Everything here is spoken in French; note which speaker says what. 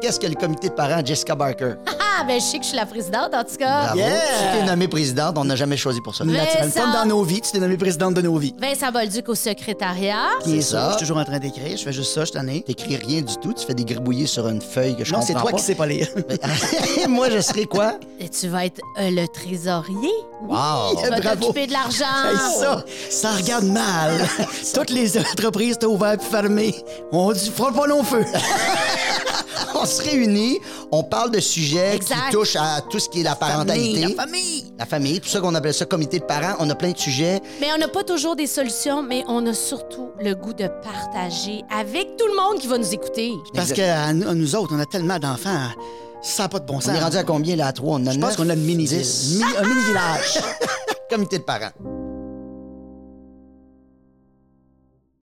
Speaker 1: Qu'est-ce que le comité de parents Jessica Barker?
Speaker 2: Ah, ben, je sais que je suis la présidente, en tout cas.
Speaker 1: Bravo.
Speaker 3: Ah, Yeah!
Speaker 1: Tu t'es nommée présidente, on n'a jamais choisi pour ça.
Speaker 3: Naturel.
Speaker 2: Vincent.
Speaker 3: Comme dans nos vies, tu t'es nommé présidente de nos vies.
Speaker 2: Vincent Bolduc au secrétariat.
Speaker 3: Bien
Speaker 1: C'est
Speaker 3: sûr,
Speaker 1: ça.
Speaker 3: Je suis toujours en train d'écrire, je fais juste ça, je t'en ai.
Speaker 1: T'écris rien du tout, tu fais des gribouillis sur une feuille que je
Speaker 3: Non, c'est
Speaker 1: comprends
Speaker 3: toi
Speaker 1: pas.
Speaker 3: qui sais pas lire.
Speaker 1: c'est. Moi, je serais quoi?
Speaker 2: Et tu vas être euh, le trésorier.
Speaker 1: Wow!
Speaker 2: Tu vas
Speaker 3: Bravo.
Speaker 2: t'occuper de
Speaker 3: Hey,
Speaker 2: l'argent.
Speaker 3: ça, ça regarde mal. Toutes les entreprises étaient ouvertes puis fermées. On dit, fera pas long feu.
Speaker 1: On se réunit, on parle de sujets
Speaker 2: Exact.
Speaker 1: qui touchent à tout ce qui est la parentalité.
Speaker 3: Famille, La famille.
Speaker 1: La famille, tout ça qu'on appelle ça comité de parents, on a plein de sujets.
Speaker 2: Mais on n'a pas toujours des solutions, mais on a surtout le goût de partager avec tout le monde qui va nous écouter.
Speaker 3: Parce
Speaker 1: Exact.
Speaker 3: que à nous, à nous autres, on a tellement d'enfants, ça n'a pas de bon
Speaker 1: On
Speaker 3: sens.
Speaker 1: est rendu à combien là? À trois? On en a
Speaker 3: Je pense
Speaker 1: neuf?
Speaker 3: qu'on a une mini-ville.
Speaker 1: Dix?
Speaker 3: Mi- un mini-village.
Speaker 1: comité de parents.